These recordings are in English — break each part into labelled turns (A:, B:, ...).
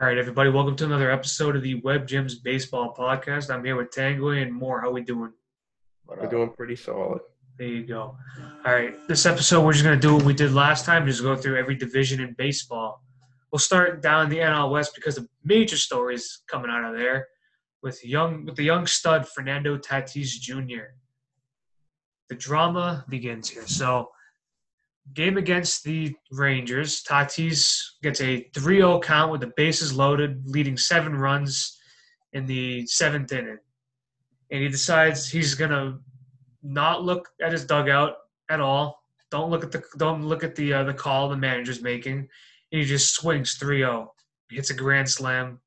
A: All right, everybody, welcome to another episode of the Web Gems Baseball Podcast. I'm here with Tanguy and more. How we doing?
B: We're doing pretty solid.
A: There you go. All right, this episode we're just gonna do what we did last time, just go through every division in baseball. We'll start down in the NL West because the major story is coming out of there with young with the young stud Fernando Tatis Jr. The drama begins here. So game against the Rangers, Tatis gets a 3-0 count with the bases loaded, leading seven runs in the seventh inning. And he decides he's gonna not look at his dugout at all. Don't look at the don't look at the uh, the call the manager's making. And he just swings 3-0, hits a grand slam.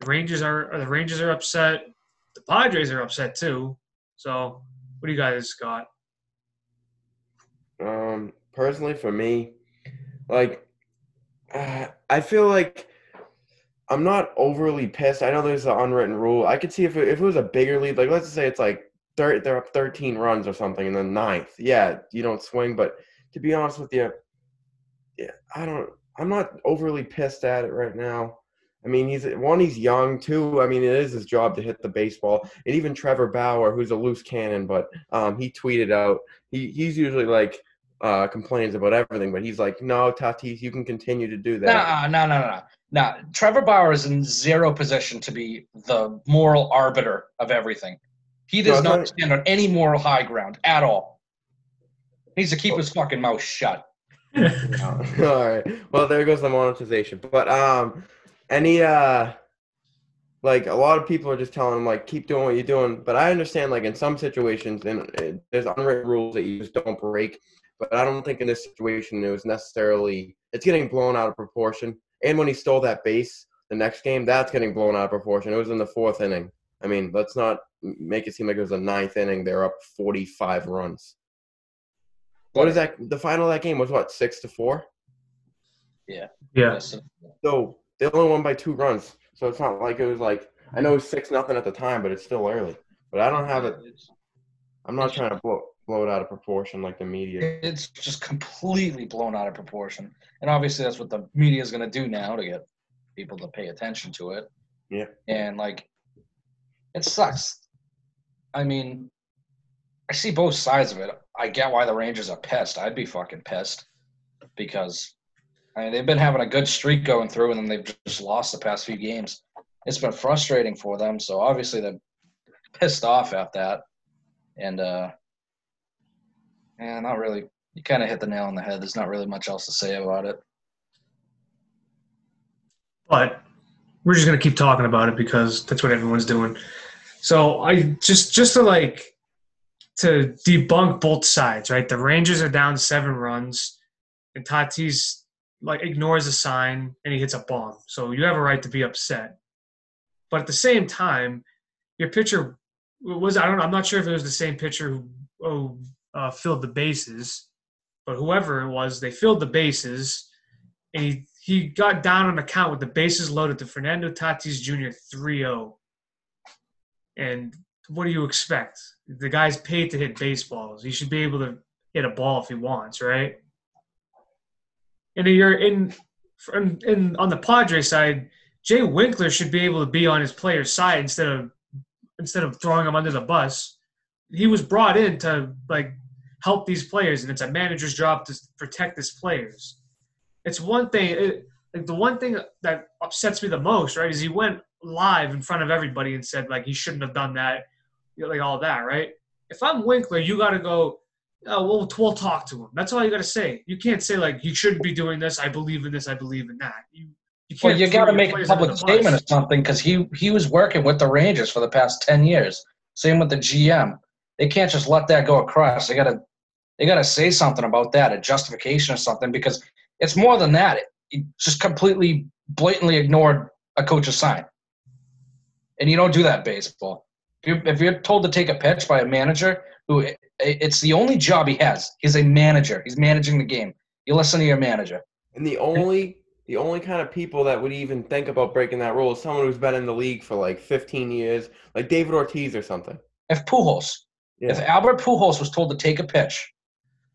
A: The Rangers are the Rangers are upset. The Padres are upset too. So, what do you guys got?
B: Um, personally, for me, like, uh, I feel like I'm not overly pissed. I know there's an unwritten rule. I could see if it, if it was a bigger lead, like let's say it's like thir- they're up 13 runs or something in the ninth. Yeah, you don't swing. But to be honest with you, yeah, I don't. I'm not overly pissed at it right now. I mean, he's one. He's young. Two. I mean, it is his job to hit the baseball. And even Trevor Bauer, who's a loose cannon, but um, he tweeted out. He he's usually like uh, complains about everything, but he's like, no, Tatis, you can continue to do that.
C: No, no, no, no, no. Trevor Bauer is in zero position to be the moral arbiter of everything. He does
B: No, I
C: not
B: thought-
C: stand on any moral high ground at all. Needs to keep his fucking mouth shut.
B: All right. Well, there goes the monetization. But um, any uh, like a lot of people are just telling him like keep doing what you're doing. But I understand like in some situations and uh, there's unwritten rules that you just don't break. But I don't think in this situation it was necessarily it's getting blown out of proportion. And when he stole that base the next game, that's getting blown out of proportion. It was in the fourth inning. I mean, let's not m- make it seem like it was the ninth inning. They're up 45 runs. What is that? The final of that game was what six to four.
A: Yeah,
B: So they only won by two runs. So it's not like it was like I know it was six nothing at the time, but it's still early. But I don't have it. I'm not trying to blow blow it out of proportion like the media.
C: It's just completely blown out of proportion. And obviously, that's what the media is going to do now to get people to pay attention to it.
B: Yeah.
C: And, like, it sucks. I mean, I see both sides of it. I get why the Rangers are pissed. I'd be fucking pissed because, I mean, they've been having a good streak going through and then they've just lost the past few games. It's been frustrating for them. So, obviously, they're pissed off at that. And, uh, yeah, not really. You kind of hit the nail on the head. There's not really much else to say about it.
A: but we're just gonna keep talking about it because that's what everyone's doing. So I just just to like to debunk both sides, right? The Rangers are down seven runs, and Tatis like ignores a sign and he hits a bomb. So you have a right to be upset, but at the same time, your pitcher was I don't know I'm not sure if it was the same pitcher who oh, uh, filled the bases, but whoever it was, they filled the bases, and he he got down on the count with the bases loaded to Fernando Tatis Jr. 3-0. And what do you expect? The guy's paid to hit baseballs. He should be able to hit a ball if he wants, right? And you're in, in, in on the Padres side, Jay Winkler should be able to be on his player's side instead of instead of throwing him under the bus. He was brought in to like help these players, and it's a manager's job to protect his players. It's one thing. It, like the one thing that upsets me the most, right, is he went live in front of everybody and said like he shouldn't have done that, you know, like all that, right? If I'm Winkler, you got to go. Oh, we'll, we'll talk to him. That's all you got to say. You can't say like you shouldn't be doing this. I believe in this. I believe in that. You, you can't.
C: Well, you
A: throw
C: got to
A: your
C: make a
A: players under
C: public
A: the bus.
C: statement or something because he he was working with the Rangers for the past ten years. Same with the GM. They can't just let that go across. They got to they got to say something about that, a justification or something, because it's more than that. It, it just completely blatantly ignored a coach's sign, and you don't do that in baseball. If you're, if you're told to take a pitch by a manager, who it- it's the only job he has. He's a manager. He's managing the game. You listen to your manager.
B: And the only the only kind of people that would even think about breaking that rule is someone who's been in the league for like 15 years, like David Ortiz or something.
C: If Pujols, If
B: Yeah.
C: Albert Pujols was told to take a pitch,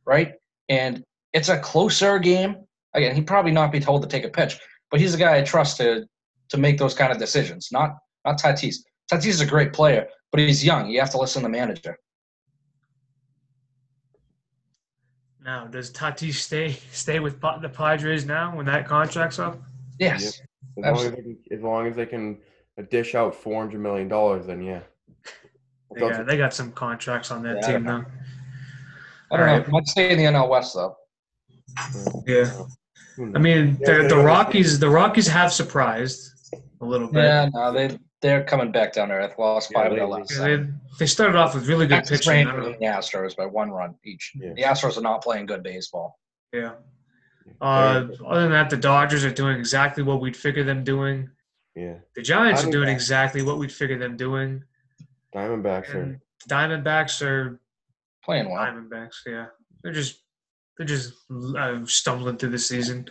C: right, and it's a closer game, again, he'd probably not be told to take a pitch, but he's a guy I trust to to make those kind of decisions. Not not Tatis. Tatis is a great player, but he's young. You have to listen to the manager.
A: Now, does Tatis stay stay with Pa- the Padres now when that contract's up?
C: Yes.
B: As long as, they can, as long as they can dish out four hundred million dollars, then yeah.
A: They got, they got some contracts on that
C: Yeah, I
A: team now.
C: don't I
A: All
C: don't
A: right.
C: know. I'd stay in the NL West though.
A: Yeah. I mean, the, the Rockies the Rockies have surprised a little bit.
C: Yeah, no, they they're coming back down to earth. Lost
B: Yeah,
C: five of
B: they-
C: their last
A: Yeah,
C: seven.
A: They, they started off with really good
C: Texas
A: pitching. I
C: Rangers
A: don't know.
C: and the Astros by one run each.
B: Yeah.
C: The Astros are not playing good baseball.
A: Yeah. Uh, other than that, the Dodgers are doing exactly what we'd figure them doing.
B: yeah,
A: The Giants are
B: Diamondbacks.
A: doing exactly what we'd figure them doing.
B: Diamondbacks are
A: And Diamondbacks are
C: Playing well.
A: Diamondbacks. Yeah, they're just they're just uh, stumbling through the season.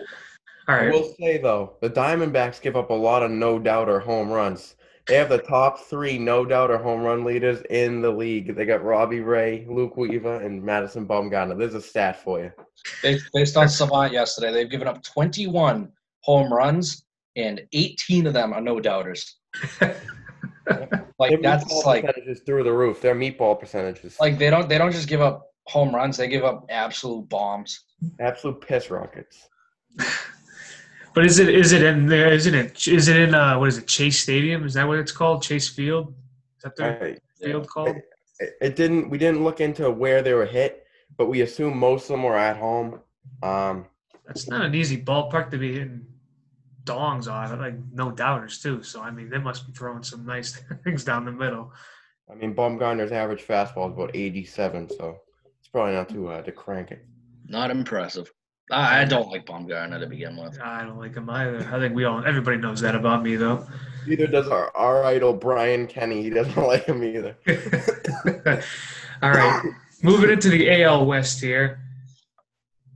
A: All
B: I
A: right.
B: will say though, the Diamondbacks give up a lot of no doubt or home runs. They have the top three no doubt or home run leaders in the league. They got Robbie Ray, Luke Weaver, and Madison Bumgarner. There's a stat for you.
C: They based on Savant yesterday, they've given up 21 home runs and 18 of them are no doubters. like
B: Their
C: that's
B: meatball
C: like
B: percentages through the roof. Their meatball percentages, like
C: like they don't they don't just give up home runs, they give up absolute bombs.
B: absolute piss rockets.
A: But is it is it in there? Isn't it is it in uh, what is it Chase Stadium? Is that what it's called? Chase Field? Is that their
B: I-
A: field called?
B: it it didn't. We didn't look into where they were hit, but we assume most of them were at home. Um,
A: That's not an easy ballpark to be hitting dongs on, like no doubters too. So I mean, they must be throwing some nice things down the middle.
B: I mean, Baumgartner's average fastball is about 87, so it's probably not too hard to crank it.
C: Not impressive. I I don't like Baumgartner to begin with.
A: I don't like him either. I think we all, everybody knows that about me though.
B: Neither does our, our idol Brian Kenny. He doesn't like him either.
A: all right, moving into the AL West here.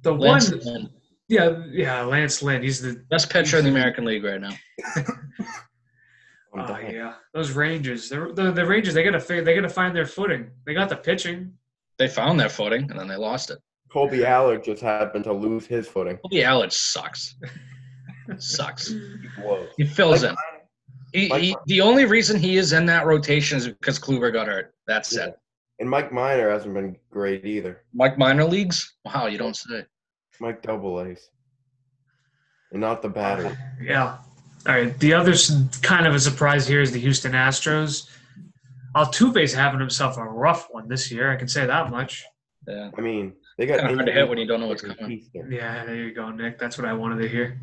A: The
C: Lance
A: one,
C: Lynn,
A: yeah, yeah, Lance Lynn. He's the
C: best pitcher in the American League right now.
B: I'm
A: Oh,
B: dying.
A: yeah, those Rangers. The, the, the Rangers. They gotta fi- they gotta find their footing. They got the pitching.
C: They found their footing and then they lost it.
B: Colby Allard just happened to lose his footing.
C: Kobe Allard sucks. sucks.
B: Whoa.
C: He fills in. He,
B: Mike
C: he,
B: Miner-
C: the only reason he is in that rotation is because Kluber got hurt. That's
B: Yeah.
C: it.
B: And Mike Miner hasn't been great either.
C: Mike Minor leagues? Wow, you don't say.
B: Mike double A's. And not the batter.
A: Yeah. All right. The other s- kind of a surprise here is the Houston Astros. Altuve's having himself a rough one this year. I can say that much.
C: Yeah.
B: I mean, they got
C: Kinda hard to hit when you don't know what's coming.
A: Yeah, there you go, Nick. That's what I wanted to hear.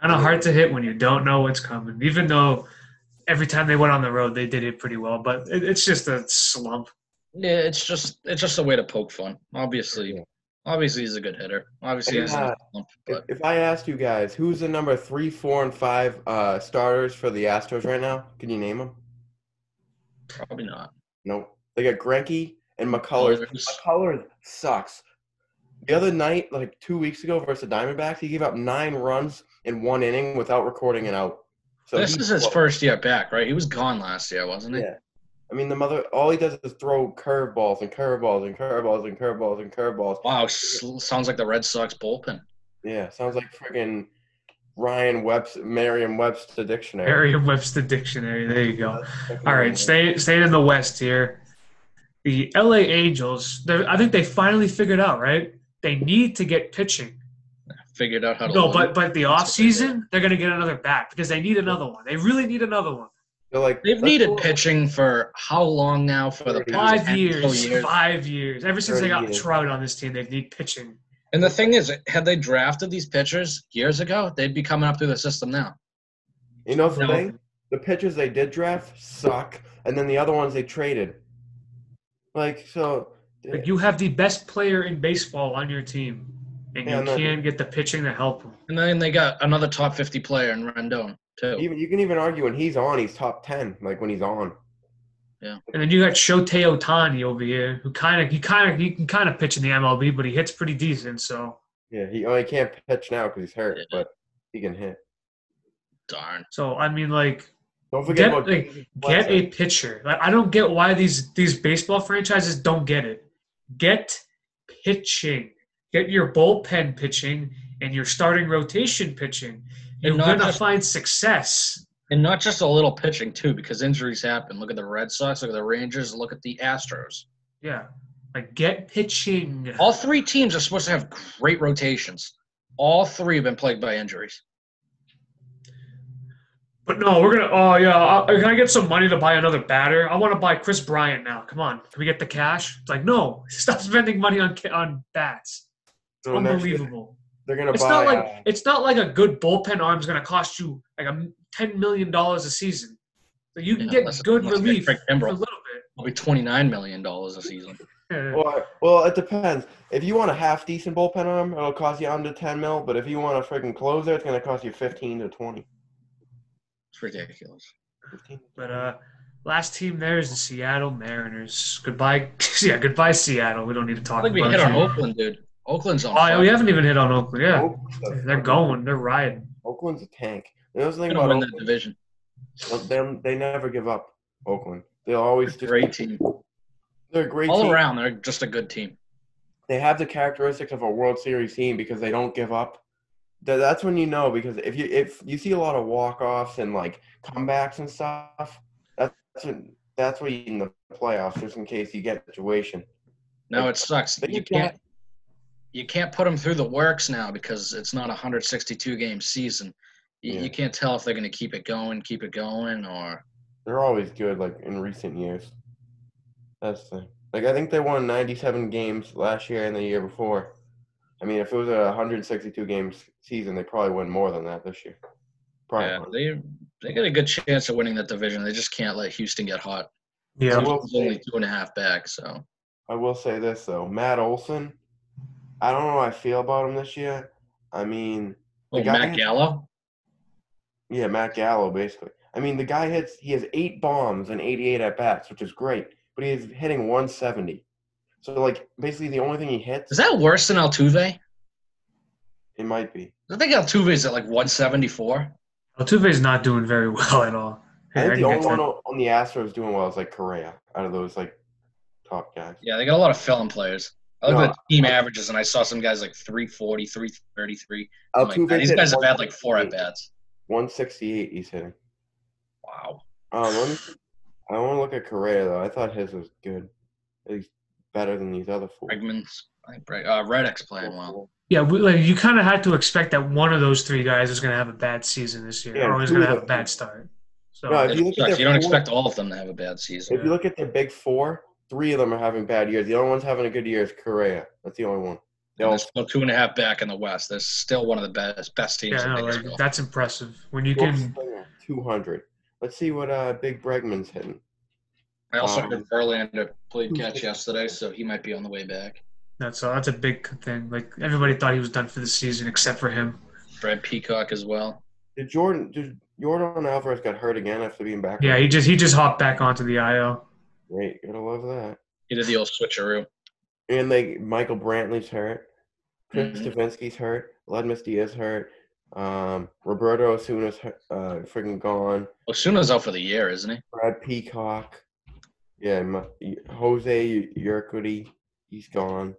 A: Kind of hard to hit when you don't know what's coming. Even though every time they went on the road, they did it pretty well, but it, it's just a slump.
C: Yeah, it's just it's just a way to poke fun. Obviously, obviously he's a good hitter. Obviously he's
B: Yeah.
C: a slump,
B: uh, If,
C: but
B: if I asked you guys, who's the number three, four, and five uh, starters for the Astros right now? Can you name them?
C: probably not.
B: Nope. They got Greinke and McCullers. McCullers sucks. The other night, like two weeks ago versus the Diamondbacks, he gave up nine runs in one inning without recording an out. So
C: This
B: he's
C: is his
B: slow.
C: first year back, right? He was gone last year, wasn't he?
B: Yeah. I mean, the mother. All he does is throw curveballs and curveballs and curveballs and curveballs and curveballs.
C: Wow, s- sounds like the Red Sox bullpen.
B: Yeah, sounds like friggin' Ryan Webster, Merriam-Webster dictionary.
A: Merriam-Webster dictionary. There you go.
B: That's
A: All right, stay staying in the West here. The LA Angels, they're- I think they finally figured out, right? They need to get pitching.
C: Figured out how to.
A: No,
C: lose.
A: but but the
C: That's
A: off
C: what they
A: season, they're gonna get another back because they need another one. They really need another one.
B: They're like
C: they've
B: let's
C: needed
B: go-
C: pitching for how long now? For the
B: Thirty
C: past
A: Five
C: 10
A: years,
C: years.
A: five years. Ever since they
B: Thirty
A: got
B: years.
A: Trout on this team, they need pitching.
C: And the thing is, had they drafted these pitchers years ago, they'd be coming up through the system now.
B: You know the
A: No.
B: thing? The pitchers they did draft suck, and then the other ones they traded. Like so,
A: Like you have the best player in baseball on your team, and
B: Yeah,
A: you
B: no.
A: can't get the pitching to help them.
C: And then they got another top 50 player in Rendon, too.
B: even you can even argue when he's on, he's top ten. Like when he's on,
A: And then you got Shotei Otani over here, who kind of he kind of he can kind of pitch in the MLB, but he hits pretty decent. So
B: yeah, he only can't pitch now because he's hurt, but he can hit.
C: Darn.
A: So I mean, like,
B: Don't forget
A: Get-
B: about
A: like,
B: James
A: get
B: Webster.
A: a pitcher. Like, I don't get why these these baseball franchises don't get it. Get pitching. Get your bullpen pitching and your starting rotation pitching. You're
C: not
A: going to
C: just-
A: find success.
C: And not just a little pitching too, because injuries happen. Look at the Red Sox, look at the Rangers, look at the Astros.
A: Yeah. Like get pitching.
C: All three teams are supposed to have great rotations. All three have been plagued by injuries.
A: But no, we're gonna. Oh yeah, I, can I get some money to buy another batter? I want to buy Chris Bryant now. Come on, can we get the cash? It's like no, stop spending money on ca- on bats. It's
B: So next year
A: unbelievable.
B: They're gonna
A: It's
B: buy.
A: not
B: uh,
A: like it's not like a good bullpen arm is gonna cost you like a m- ten million dollars a season. So you can
C: Yeah,
A: get
C: unless-
A: good
C: unless you get
A: relief
C: Craig
A: for a
C: Kimbrell.
A: little bit.
C: It'll be twenty nine million dollars a season.
A: Yeah.
B: Well, well, it depends. If you want a half decent bullpen arm, it'll cost you under ten mil. But if you want a freaking closer, it's gonna cost you fifteen to twenty.
C: It's ridiculous.
B: 15.
A: But uh, last team there is the Seattle Mariners. Goodbye, yeah, goodbye Seattle. We don't need to
C: I
A: talk
C: think we
A: about
C: hit on
A: it.
C: Oakland, dude. Oakland's on
A: Oh,
C: fire.
A: we haven't even hit on Oakland. Yeah,
B: Oakland's a-
A: they're going. They're riding.
B: Oakland's a tank. You know the thing
C: They're
B: about
C: gonna win that
B: Oakland?
C: division.
B: Them, they never give up. Oakland. They'll always just.
C: Great team.
B: They're a great
C: All
B: team.
C: around, they're just a good team.
B: They have the characteristics of a World Series team because they don't give up. Th- That's when you know because if you if you see a lot of walk offs and like comebacks and stuff, that's when, that's what you need in the playoffs just in case you get a situation.
C: No, it sucks.
B: They
C: You
B: get that-
C: can't you can't put them through the works now because it's not a 162 game season. You,
B: Yeah.
C: you can't tell if they're going to keep it going, keep it going, or
B: They're always good, like in recent years. That's the like I think they won 97 games last year and the year before. I mean, if it was a 162 game s- season, they probably win more than that this year. Probably.
C: yeah, they they got a good chance of winning that division. They just can't let Houston get hot.
A: Yeah.
C: Houston's only two and a half back, so
B: I will say this though, Matt Olson. I don't know how I feel about him this year. I mean,
C: oh,
B: guy-
C: Matt Gallo.
B: yeah, Matt Gallo basically. I mean, the guy hits. He has eight bombs and 88 at bats, which is great. But he's hitting 170. So like basically the only thing he hits.
C: Is that worse than Altuve?
B: It might be.
C: I think Altuve's at like 174.
A: Altuve's not doing very well at all.
B: I think
A: Hey, I
B: the only
A: can get
B: one
A: that.
B: on on the Astros doing well is like Correa out of those like top guys.
C: Yeah, they got a lot of film players. I looked
B: No,
C: at team averages and I saw some guys like 340, 333. I'm
B: Altuve's
C: like, "Man, Oh these
B: hit
C: guys have had like four
B: 168.
C: at bats.
B: 168 he's hitting.
C: Wow.
B: Um, let me, I want to look at Correa though. I thought his was good. He's better than these other four.
C: Bregman's, I think Breg, uh, Reddick's playing well.
A: Yeah, we, like you kind of had to expect that one of those three guys is going to have a bad season this year,
B: Yeah,
A: or is
B: two
A: going to
B: of
A: have a
B: them.
A: bad start. So
B: No, if
C: It
B: you look at
C: sucks.
B: their
C: You don't
B: four-
C: expect all of them to have a bad season.
B: If you look at their big four, three of them are having bad years. The only one's having a good year is Correa. That's the only one. They all
C: They're still two and a half back in the West. They're still one of the best best teams
A: yeah,
C: in
A: no, like,
C: baseball.
A: that's impressive when you can.
B: 200. Let's see what uh, Big Bregman's hitting.
C: I also
B: um,
C: heard Verlander played catch yesterday, so he might be on the way back.
A: That's uh, that's a big thing. Like everybody thought he was done for the season except for him.
C: Brad Peacock as well.
B: Did Jordan? Did Jordan Alvarez got hurt again after being back?
A: Yeah, he just he just hopped back onto the IO.
B: Great, gotta love that.
C: He did the old switcheroo.
B: And they Michael Brantley's hurt. Chris
A: Mm-hmm.
C: Mhm.
B: Stavinsky's hurt. Ledmus Diaz hurt. Um, Roberto Osuna's hurt- uh, freaking gone.
C: Osuna's out for the year, isn't he?
B: Brad Peacock. Yeah, my, Jose Urquidy, he's gone.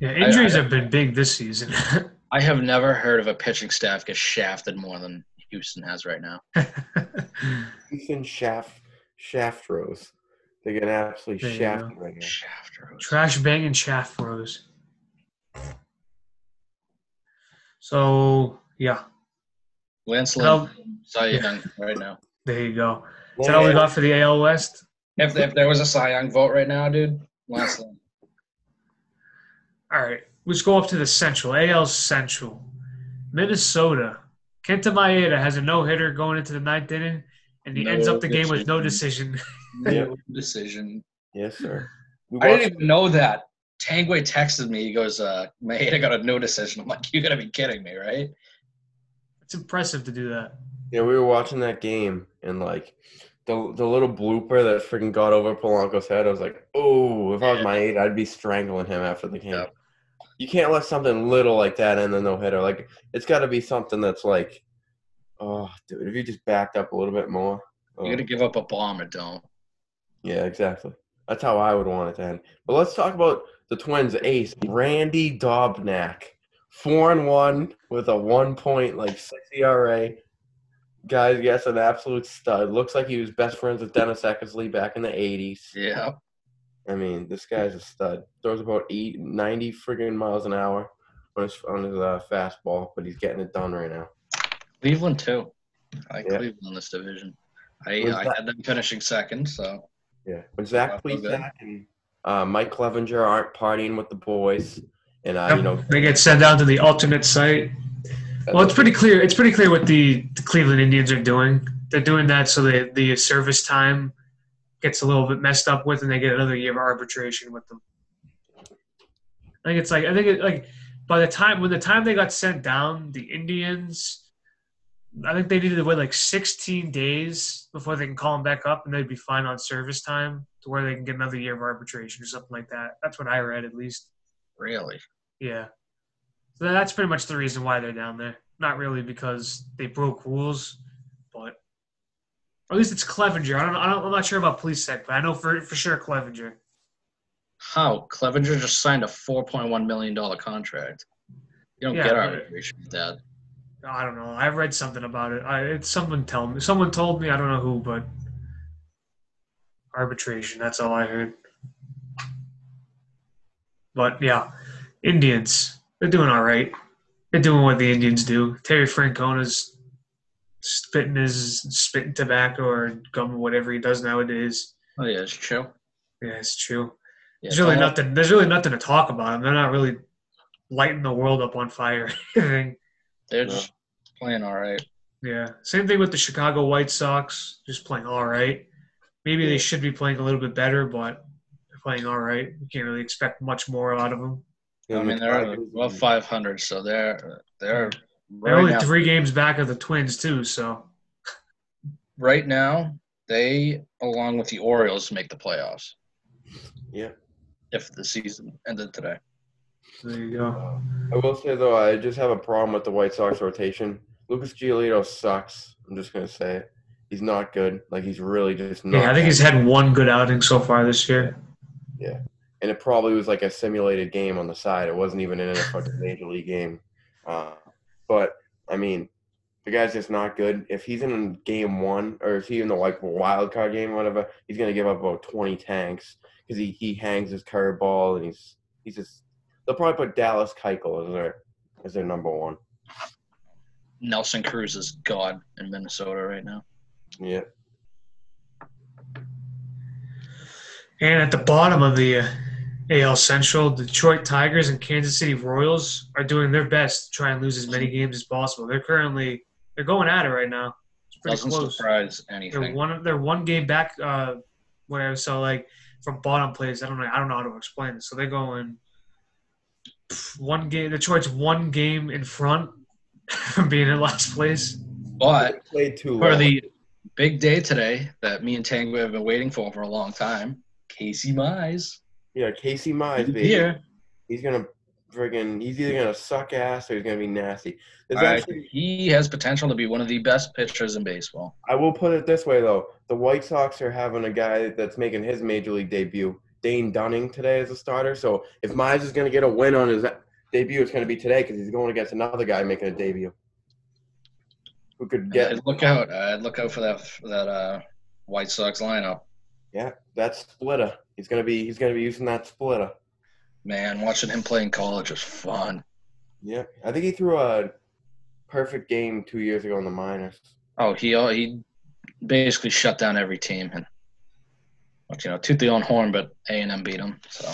A: Yeah, injuries
C: I-
A: have been big this season.
C: I have never heard of a pitching staff get shafted more than Houston has right now.
B: Ethan Shaft Shaft Rose. They're getting absolutely
A: There you
B: shafted right now.
C: Shafter.
A: Trash banging shaft rose. So yeah,
C: Lance Lynn,
A: well,
C: Cy Young right now.
A: there you go. Is that all we got for the AL West?
C: If, if there was a Cy Young vote right now, dude, Lance Lynn.
A: All right, let's go up to the Central, AL Central. Minnesota. Kenta Maeda has a no hitter going into the ninth inning, and he
C: No
A: ends up the game with no
C: decision.
A: decision.
B: Yeah.
C: No decision.
B: Yes, sir. We
C: I
B: watched-
C: didn't even know that. Tangway texted me. He goes, uh, Maeda got a no decision. I'm like, you got to be kidding me, right?
A: It's impressive to do that.
B: Yeah, we were watching that game and like the the little blooper that freaking got over Polanco's head. I was like, oh, if I was my eight, I'd be strangling him after the game.
C: Yeah.
B: You can't let something little like that end the no hitter. Like it's got to be something that's like, oh, dude, if you just backed up a little bit more. oh.
C: You're going to give up a bomb or don't.
B: Yeah, exactly. That's how I would want it to end. But let's talk about the Twins ace, Randy Dobnak. four and one with a one point like six ERA. Guys, yes, an absolute stud. Looks like he was best friends with Dennis Eckersley back in the '80s.
C: Yeah.
B: I mean, this guy's a stud. Throws about eight, 90 friggin' miles an hour on his on his uh, fastball, but he's getting it done right now.
C: Cleveland too. I like
B: Yeah.
C: Cleveland in this division. I,
B: Who's
C: I
B: that?
C: had them finishing second, so
B: Yeah. When Zach
C: That's
B: please
C: good.
B: Zach and uh, Mike Clevenger aren't partying with the boys, and uh, you know,
A: They get sent down to the alternate site. Well, it's pretty clear. It's pretty clear what the, the Cleveland Indians are doing. They're doing that so that the service time gets a little bit messed up with, and they get another year of arbitration with them. I think it's like I think it, like by the time when the time they got sent down, the Indians, I think they needed to wait like 16 days before they can call them back up, and they'd be fine on service time to where they can get another year of arbitration or something like that. That's what I read, at least.
C: really.
A: Yeah. So that's pretty much the reason why they're down there. Not really because they broke rules, but or at least it's Clevenger. I don't, I don't I'm not sure about police sec, but I know for for sure Clevenger.
C: How Clevenger just signed a four point one million dollar contract. You don't
A: Yeah,
C: get
A: but-
C: arbitration with that.
A: I don't know. I read something about it. I it's someone tell me someone told me I don't know who, but arbitration. That's all I heard. But yeah, Indians. They're doing all right. They're doing what the Indians do. Terry Francona's spitting his spitting tobacco or gum or whatever he does nowadays.
C: Oh yeah, it's true.
A: Yeah, it's true.
C: Yeah,
A: There's really
C: don't-
A: nothing. There's really nothing to talk about. They're not really lighting the world up on fire. or anything.
C: They're
B: No.
C: just playing all right.
A: Yeah. Same thing with the Chicago White Sox, just playing all right. Maybe they should be playing a little bit better, but they're playing all right. You can't really expect much more out of them.
C: I mean, they're above
B: five.
C: 500, so they're they're
A: They're
C: right
A: only
C: now,
A: three games back of the Twins, too. So,
C: right now they along with the Orioles make the playoffs.
B: Yeah.
C: If the season ended today,
A: there you go.
B: I will say though, I just have a problem with the White Sox rotation. Lucas Giolito sucks. I'm just gonna say it. He's not good. Like he's really just not.
A: Yeah, I think he's had one good outing so far this year.
B: and it probably was like a simulated game on the side. It wasn't even in a fucking major league game. Uh, but I mean, the guy's just not good. If he's in game one, or if he's in the like wild card game, or whatever, he's gonna give up about twenty tanks because he, he hangs his curveball and he's he's just. They'll probably put Dallas Keuchel as their as their number one.
C: Nelson Cruz is god in Minnesota right now.
B: Yeah.
A: And at the bottom of the uh, AL Central, Detroit Tigers and Kansas City Royals are doing their best to try and lose as many games as possible. They're currently they're going at it right now. It's pretty
C: Doesn't
A: close.
C: surprise
A: They're
C: anything.
A: one. They're one game back. Uh, where so like from bottom place. I don't know. I don't know how to explain this. So they're going pff, one game. Detroit's one game in front from being in last place.
C: But
B: played too
C: for
B: long.
C: the big day today that me and Tango have been waiting for for a long time, Casey Mize
B: yeah, Casey Mize, baby.
C: here.
B: He's gonna friggin' he's either gonna suck ass or he's gonna be nasty. There's
C: I-
B: actually
C: he has potential to be one of the best pitchers in baseball.
B: I will put it this way though: the White Sox are having a guy that's making his major league debut, Dane Dunning, today as a starter. So if Mize is going to get a win on his debut, it's going to be today because he's going against another guy making a debut. Who could get
C: I'd look out! I'd look out for that for that uh, White Sox lineup.
B: that splitter? He's going to be he's going to be using that splitter.
C: Man, watching him play in college is fun.
B: Yeah, I think he threw a perfect game two years ago in the minors.
C: Oh, he he basically shut down every team and but, you know toot the own horn, but A and M beat him. So
A: All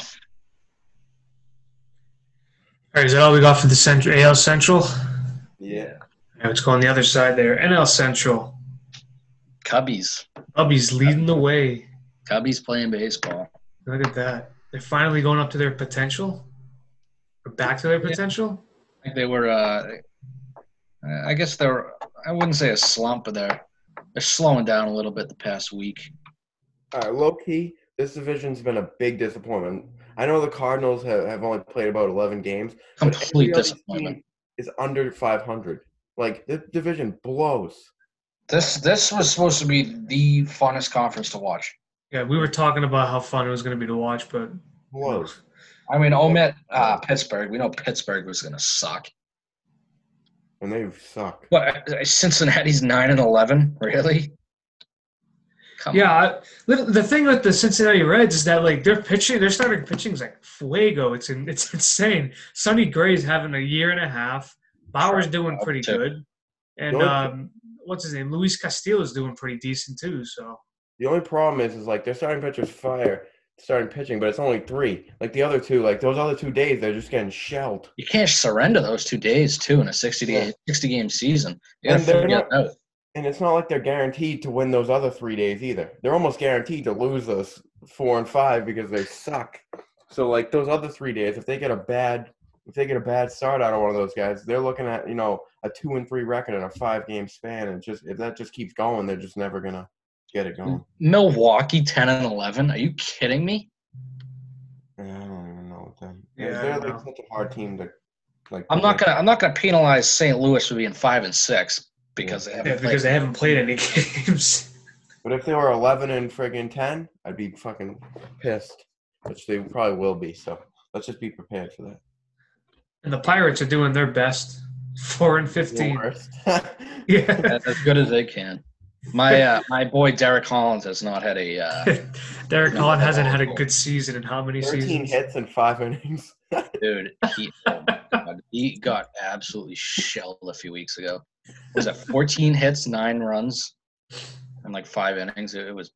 A: right, is that all we got for the central AL Central?
B: Yeah,
A: Yeah, let's go on the other side there. NL Central.
C: Cubbies,
A: Cubbies leading the way.
C: Cubbies playing baseball.
A: Look at that. They're finally going up to their potential. Or back to their potential.
C: I think they were. Uh, I guess they're. I wouldn't say a slump, but they're they're slowing down a little bit the past week.
B: all right, low key. This division's been a big disappointment. I know the Cardinals have, have only played about 11 games, But
C: Complete
B: every other
C: disappointment.
B: team Is under 500. Like the division blows.
D: This this was supposed to be the funnest conference to watch.
A: Yeah, we were talking about how fun it was going to be to watch, but
B: Blows.
D: I mean, Omet,
B: uh,
D: uh,
C: Pittsburgh. We know Pittsburgh was gonna suck.
B: and they suck.
C: What?
D: uh,
C: Cincinnati's nine and eleven. Really? Come
A: Yeah, I- the the thing with the Cincinnati Reds is that like their pitching, their starting pitching is like fuego. It's in, it's insane. Sonny Gray's having a year and a half. Bauer's doing pretty
C: Too.
A: good, and
B: Nope.
A: um, what's his name? Luis Castillo's doing pretty decent too. So
B: The only problem is, is like their starting pitcher's fire, starting pitching, but it's only three. Like the other two, like those other two days, they're just getting shelled.
C: You can't surrender those two days too in a sixty day,
B: Yeah.
C: sixty game season. You gotta
B: And they're
C: figure it out.
B: And it's not like they're guaranteed to win those other three days either. They're almost guaranteed to lose those four and five because they suck. So like those other three days, if they get a bad, if they get a bad start out of one of those guys, they're looking at you know a two and three record in a five game span, and just if that just keeps going, they're just never gonna get it going.
C: Milwaukee ten and eleven. Are you kidding me?
B: Yeah, I don't even know what them.
A: Mm-hmm. Yeah, I
B: they're
A: don't
B: like
A: know.
B: such a hard team to like.
C: I'm not
B: predict.
C: gonna I'm not gonna penalize St. Louis for being five and six because they haven't
A: yeah, because they
C: played.
A: haven't played any games.
B: But if they were 11 and friggin' 10, I'd be fucking pissed, which they probably will be. So let's just be prepared for that.
A: And the Pirates are doing their best. Four and fifteen.
B: Worst.
A: Yeah.
C: as good as they can. My uh, my boy Derek Hollins has not had a uh,
A: Derek Collin hasn't had a good season in how many
B: 13
A: seasons?
B: hits in five innings.
C: dude. He, oh my God, he got absolutely shelled a few weeks ago. Was that 14 hits, nine runs, and like five innings? It, it was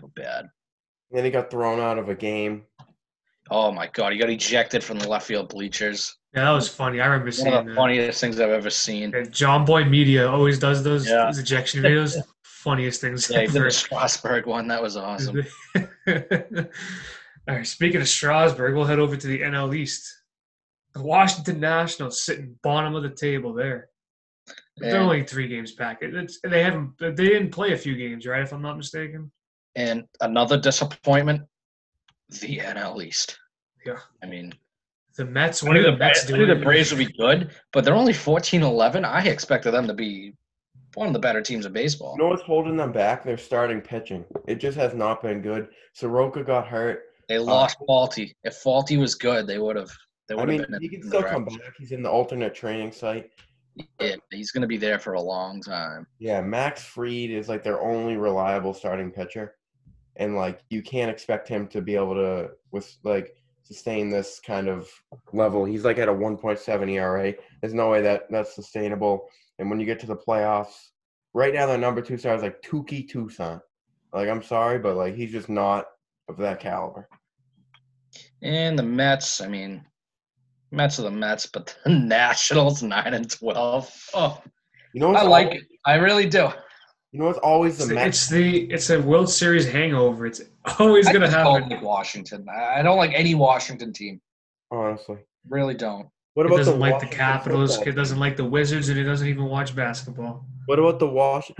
C: so bad.
B: then he got thrown out of a game.
C: Oh my God, he got ejected from the left field bleachers.
A: Yeah, that was funny. I remember
C: One
A: seeing
C: of the
A: that.
C: funniest things I've ever seen.
A: Yeah, John Boy Media always does those,
C: Yeah.
A: those ejection videos. Funniest things
C: Yeah, he did
A: ever.
C: the Strasburg one. That was awesome.
A: All right. Speaking of Strasburg, we'll head over to the NL East. The Washington Nationals sitting bottom of the table there. But They're
C: And-
A: only three games back. It's, they haven't. They didn't play a few games, right? If I'm not mistaken.
C: And another disappointment, the NL East.
A: Yeah.
C: I mean,
A: The Mets.
C: I
A: What
C: knew
A: are
C: the,
A: the Mets
C: I knew
A: doing?
C: the Braves would be good, but they're only 14 11. I expected them to be one of the better teams in baseball.
B: You know what's holding them back? They're starting pitching. It just has not been good. Soroka got hurt.
C: They lost Faulty. If Faulty was good, they would have. They
B: uh, I
C: would
B: mean,
C: have been.
B: he
C: in
B: can
C: the
B: still
C: draft.
B: come back. He's in the alternate training site.
C: Yeah, he's going to be there for a long time.
B: Yeah, Max Freed is like their only reliable starting pitcher, and like you can't expect him to be able to with like sustain this kind of level. He's like at a 1.7 ERA. E There's no way that that's sustainable. And when you get to the playoffs, right now their number two star is like Tuki Tucson. Like I'm sorry, but like he's just not of that caliber.
C: And the Mets. I mean, Mets are the Mets, but the Nationals nine and 12. Oh,
B: You know, what's
C: I like
B: always,
C: it. I really do.
B: You know, what's always the
A: It's,
B: Mets.
A: it's the it's a World Series hangover. It's always
C: I
A: gonna
C: just don't
A: happen.
C: like Washington. I I don't like any Washington team.
B: honestly,
C: Really don't.
B: what
A: It doesn't like the
B: Washington
A: Capitals.
B: football
A: It doesn't like the Wizards, and it doesn't even watch basketball.
B: What about the Wash?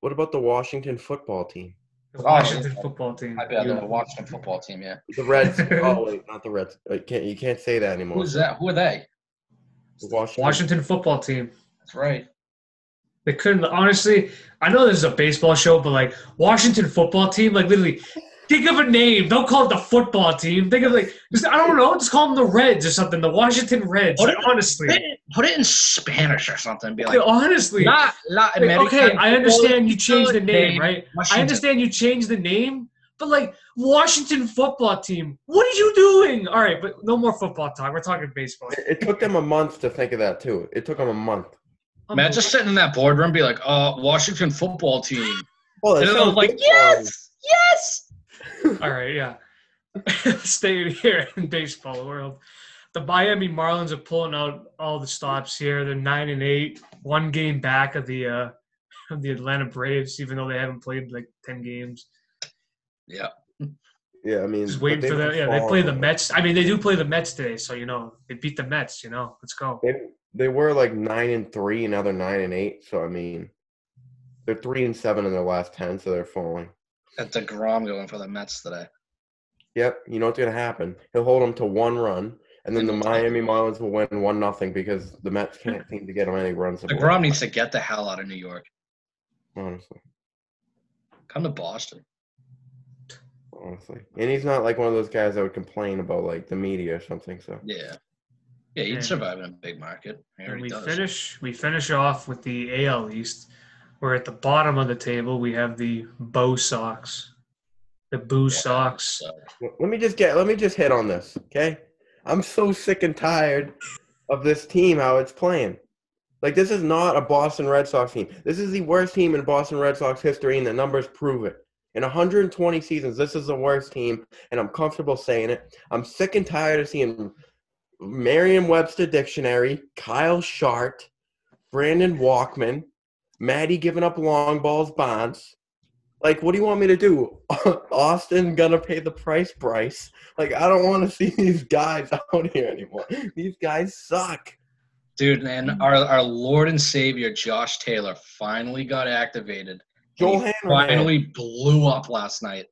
B: What about the Washington football team?
A: The
C: Oh,
A: Washington
C: yeah.
A: football team.
C: I bet the Washington football team. Yeah.
B: The Reds. oh wait, not the Reds. Uh, You can't you can't say that anymore.
C: Who's that? Who are they?
B: The Washington.
A: Washington football team.
C: That's right.
A: They couldn't honestly. I know this is a baseball show, but like Washington football team, like literally, think of a name. Don't call it the football team. Think of like just, I don't know. Just call them the Reds or something. The Washington Reds.
C: What-
A: Like, honestly,
C: Put it, put it in Spanish or something. Be like,
A: Like, honestly.
C: La, la
A: Like,
C: American
A: oh, okay, I understand you changed the
C: football
A: name,
C: team,
A: right? I
C: Washington.
A: understand you changed the name, but like Washington football team, what are you doing? All right, but no more football talk. We're talking baseball.
B: It- It took them a month to think of that too. It took them a month.
C: Man, just sitting in that boardroom, be like, uh, Washington football team.
B: Well,
C: And I was
B: um,
C: like, yes, yes.
A: All right, yeah. Stay here in baseball world. The Miami Marlins are pulling out all the stops here. They're nine and eight, one game back of the uh, of the Atlanta Braves, even though they haven't played like ten games.
B: Yeah, I mean,
A: Just
B: but
A: waiting
B: they've
A: for the
B: been
A: yeah. They play
B: falling.
A: the Mets. I mean, they do play the Mets today, so you know they beat the Mets. You know, let's go.
B: They they were like nine and three, and now they're nine and eight. So I mean, they're three and seven in their last ten, so they're falling.
C: At Degrom going for the Mets today.
B: Yep, you know what's gonna happen. He'll hold them to one run, and then the Miami Marlins will win one nothing because the Mets can't seem to get them any runs. aboard,
C: Degrom needs to get the hell out of New York.
B: Honestly,
C: Come to Boston.
B: honestly, and he's not like one of those guys that would complain about like the media or something. So
C: Yeah. Yeah, you'd
A: And-
C: survive in a big market. He
A: And
C: already
A: we
C: does.
A: finish we finish off with the AL East. Where at the bottom of the table we have the Bo Sox. The Boo
C: Yeah.
A: Sox.
C: So,
B: Let me just get. Let me just hit on this, okay? I'm so sick and tired of this team how it's playing. Like this is not a Boston Red Sox team. This is the worst team in Boston Red Sox history, and the numbers prove it. In 120 seasons, this is the worst team, and I'm comfortable saying it. I'm sick and tired of seeing Merriam-Webster dictionary, Kyle Shart, Brandon Walkman, Maddie giving up long balls, Bonds. Like, what do you want me to do? Austin gonna pay the price, Bryce. Like, I don't want to see these guys out here anymore. These guys suck.
C: dude, and
A: Mm.
C: our, our Lord and Savior Josh Taylor finally got activated.
B: Joel
C: He
B: Hanrahan.
C: finally blew up last night.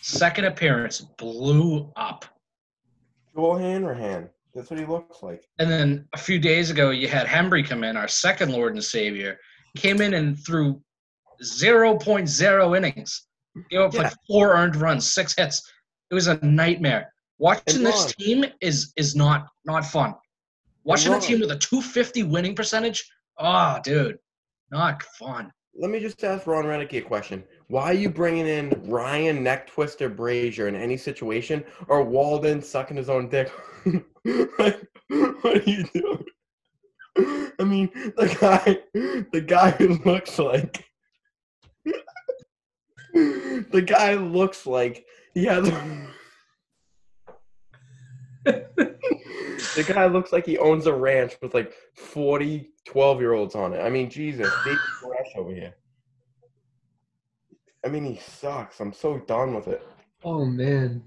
C: Second appearance blew up.
B: Joel Hanrahan. That's what he looks like.
C: And then a few days ago, you had Hembry come in, our second Lord and Savior, came in and threw 0.0 innings. Gave up
B: Yeah.
C: like four earned runs, six hits. It was a nightmare. Watching
B: And
C: this
B: wrong.
C: team is is not not fun. Watching a
B: wrong.
C: team with a 250 winning percentage, ah, dude, not fun.
B: Let me just ask Ron Renicky a question. Why are you bringing in Ryan Neck Twister Brazier in any situation or Walden sucking his own dick? like, what are you doing? I mean, the guy, the guy who looks like, the guy looks like he has. the guy looks like he owns a ranch with like 40 12 year olds on it. I mean, Jesus, David Koresh over here. I mean, he sucks. I'm so done with it.
A: Oh man.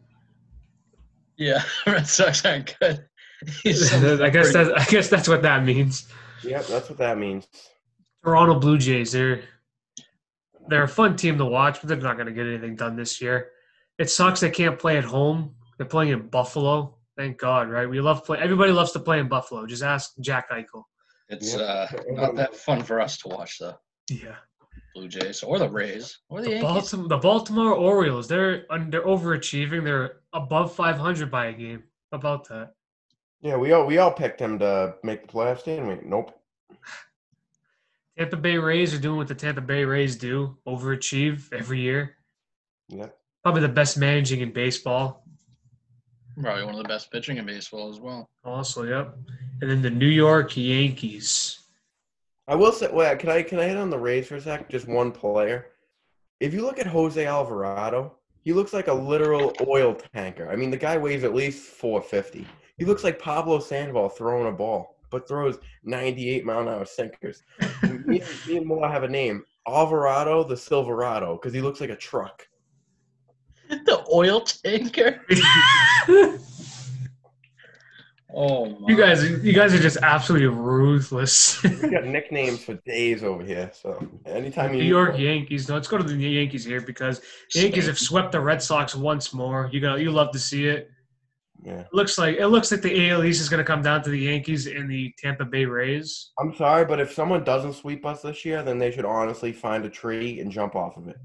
C: Yeah, Red Sox aren't good.
A: I guess that's I guess that's what that means.
B: Yep, that's what that means.
A: Toronto Blue Jays, they're they're a fun team to watch, but they're not gonna get anything done this year. It sucks they can't play at home. They're playing in Buffalo. Thank God, right? We love play everybody loves to play in Buffalo. Just ask Jack Eichel.
C: It's uh, not that fun for us to watch, though.
A: Yeah.
C: Blue Jays or the Rays or the,
A: The
C: Yankees.
A: Baltimore, the Baltimore Orioles, they're under overachieving. They're above 500 by a game. About that.
B: Yeah, we all we all picked him to make the playoffs, didn't we? Nope.
A: Tampa Bay Rays are doing what the Tampa Bay Rays do: overachieve every year.
B: Yep.
A: Probably the best managing in baseball.
C: Probably one of the best pitching in baseball as well.
A: Also, yep. And then the New York Yankees.
B: I will say. Wait, can I can I hit on the Rays for a sec? Just one player. If you look at Jose Alvarado, he looks like a literal oil tanker. I mean, the guy weighs at least 450. He looks like Pablo Sandoval throwing a ball, but throws 98 mile an hour sinkers. me, and- me and Moore have a name Alvarado the Silverado because he looks like a truck.
C: The oil tanker.
A: you
C: Oh my.
A: guys, you guys are just absolutely ruthless.
B: We got nicknames for days over here. So anytime you
A: New
B: need
A: York
B: one.
A: Yankees. No, let's go to the Yankees here because the
C: Same.
A: Yankees have swept the Red Sox once more. You know, you love to see it.
B: yeah.
A: looks like it looks like the AL East is going to come down to the Yankees and the Tampa Bay Rays.
B: I'm sorry, but if someone doesn't sweep us this year, then they should honestly find a tree and jump off of it.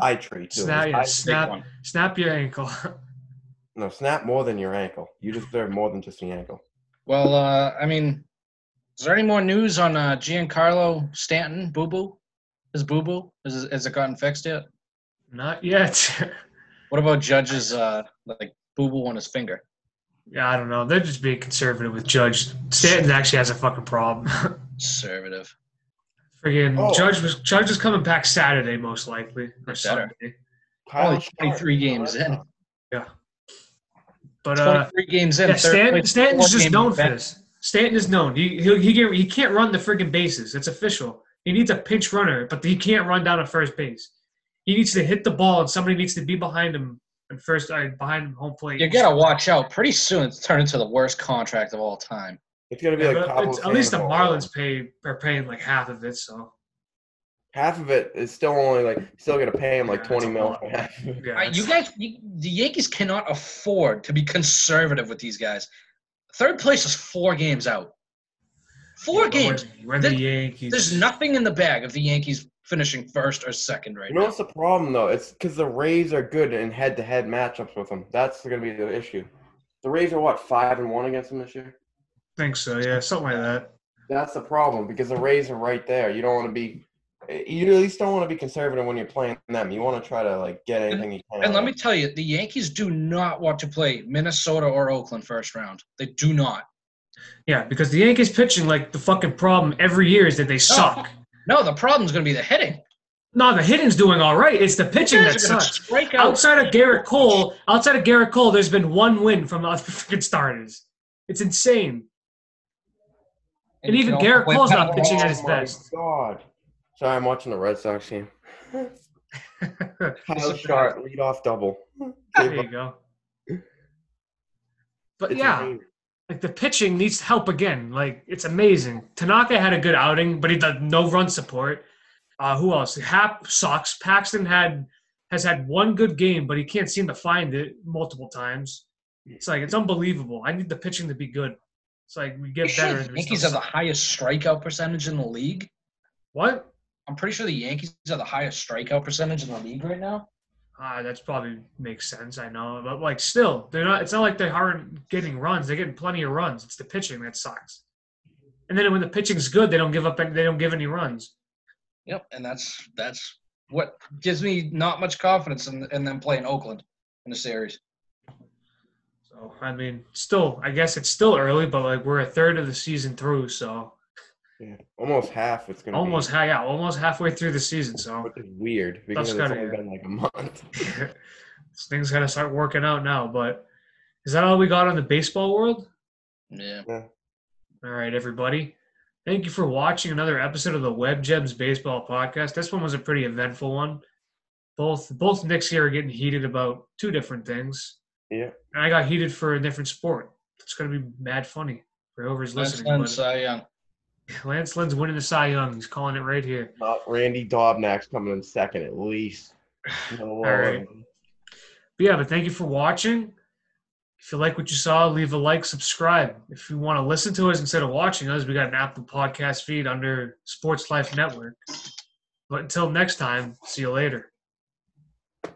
B: I tree too.
A: Snap, yeah,
B: I-
A: snap,
C: one.
A: snap your ankle.
B: no, snap more than your ankle. You deserve more than just the ankle.
C: Well, uh, I mean, is there any more news on uh, Giancarlo Stanton? Boo boo. Is boo boo? Is has it gotten fixed yet?
A: Not yet.
C: What about Judge's uh, like boo boo on his finger?
A: yeah, I don't know. They're just being conservative with Judge. Stanton actually has a fucking problem.
C: Conservative.
A: Friggin'
B: Oh.
A: Judge was Judge is coming back Saturday most likely or
C: Better.
A: Sunday.
B: Kyle
C: Only 23
B: Schwarber.
C: games in.
A: But uh,
C: 23 games in.
A: yeah,
C: third
A: Stanton,
C: place,
A: Stanton's
C: four
A: just
C: games
A: known for
C: back.
A: this. Stanton is known. He he he, get, he can't run the friggin' bases. It's official. He needs a pinch runner, but he can't run down at first base. He needs to hit the ball, and somebody needs to be behind him and first uh, behind him home plate.
C: You gotta watch out. Pretty soon, it's turned into the worst contract of all time.
B: It's gonna be
A: Yeah,
B: like
A: but
B: Pablo
A: it's- at least the
B: Sandoval.
A: Marlins pay are paying like half of it. So
B: Half of it is still only like still gonna pay him like
A: Yeah,
B: twenty
A: that's a
B: mil.
A: lot.
B: For half.
A: yeah,
C: Uh, you
A: it's-
C: guys, you, the Yankees cannot afford to be conservative with these guys. Third place is four games out. Four
A: we're-
C: games.
A: We're the
C: There-
A: Yankees.
C: There's nothing in the bag of the Yankees finishing first or second right
B: You know
C: now.
B: what's the problem though? It's because the Rays are good in head-to-head matchups with them. That's gonna be the issue. The Rays are what five and one against them this year.
A: think so. Yeah, something like that.
B: That's the problem because the Rays are right there. You don't want to be. eh, You at least don't want to be conservative when you're playing them. You want to try to like get anything you can.
C: And let me tell you, the Yankees do not want to play Minnesota or Oakland first round. They do not.
A: Yeah, because the Yankees pitching like the fucking problem every year is that they suck.
C: No, the problem's going to be the hitting.
A: No, the hitting's doing all right. It's the pitching that
C: Guys are gonna
A: sucks.
C: strike out.
A: Outside of Garrett Cole, outside of Garrett Cole, there's been one win from the freaking starters. It's insane. and
C: you
A: even
C: know,
A: Garrett
C: when
A: Cole's not
C: Pat-
A: pitching at his
B: my
A: best.
B: God. Sorry, I'm watching the Red Sox game. Kyle
C: It's a-
B: Short leadoff double.
A: There you go. But
B: It's
A: yeah,
B: amazing.
A: like the pitching needs help again. Like it's amazing. Tanaka had a good outing, but he had no run support. Uh, who else? Hap sucks. Paxton had has had one good game, but he can't seem to find it multiple times. It's like it's unbelievable. I need the pitching to be good. It's like we
C: They
A: get
C: should.
A: better. and
C: The
A: we
C: Yankees
A: still
C: have the
A: suck.
C: highest strikeout percentage in the league.
A: what?
C: I'm pretty sure the Yankees are the highest strikeout percentage in the league right now.
A: Ah, that's probably makes sense. I know, but like still, they're not. It's not like they aren't getting runs. They're getting plenty of runs. It's the pitching that sucks. And then when the pitching's good, they don't give up. Any, they don't give any runs.
C: Yep, and that's that's what gives me not much confidence in, in them playing Oakland in the series.
A: So I mean, still, I guess it's still early, but like we're a third of the season through, so
B: Yeah, almost half. It's gonna
A: almost
B: be,
A: ha- yeah, almost halfway through the season. So
B: which is weird because it's
A: gotta
B: only
A: be-
B: been like a month.
A: things gotta start working out now. But is that all we got on the baseball world?
C: Yeah.
A: All right, everybody. Thank you for watching another episode of the Web Gems Baseball Podcast. This one was a pretty eventful one. Both both Knicks here are getting heated about two different things.
B: Yeah.
A: And I got heated for a different sport. It's gonna be mad funny for whoever's
C: Lance
A: listening.
C: Lynn,
A: but
C: Cy Young.
A: Lance Lynn's winning the Cy Young. He's calling it right here.
B: Not Randy Dobnak's coming in second at least. All
A: right. But yeah, but thank you for watching. If you like what you saw, leave a like, subscribe. If you want to listen to us instead of watching us, we got an Apple podcast feed under Sports Life Network. But until next time, see you later.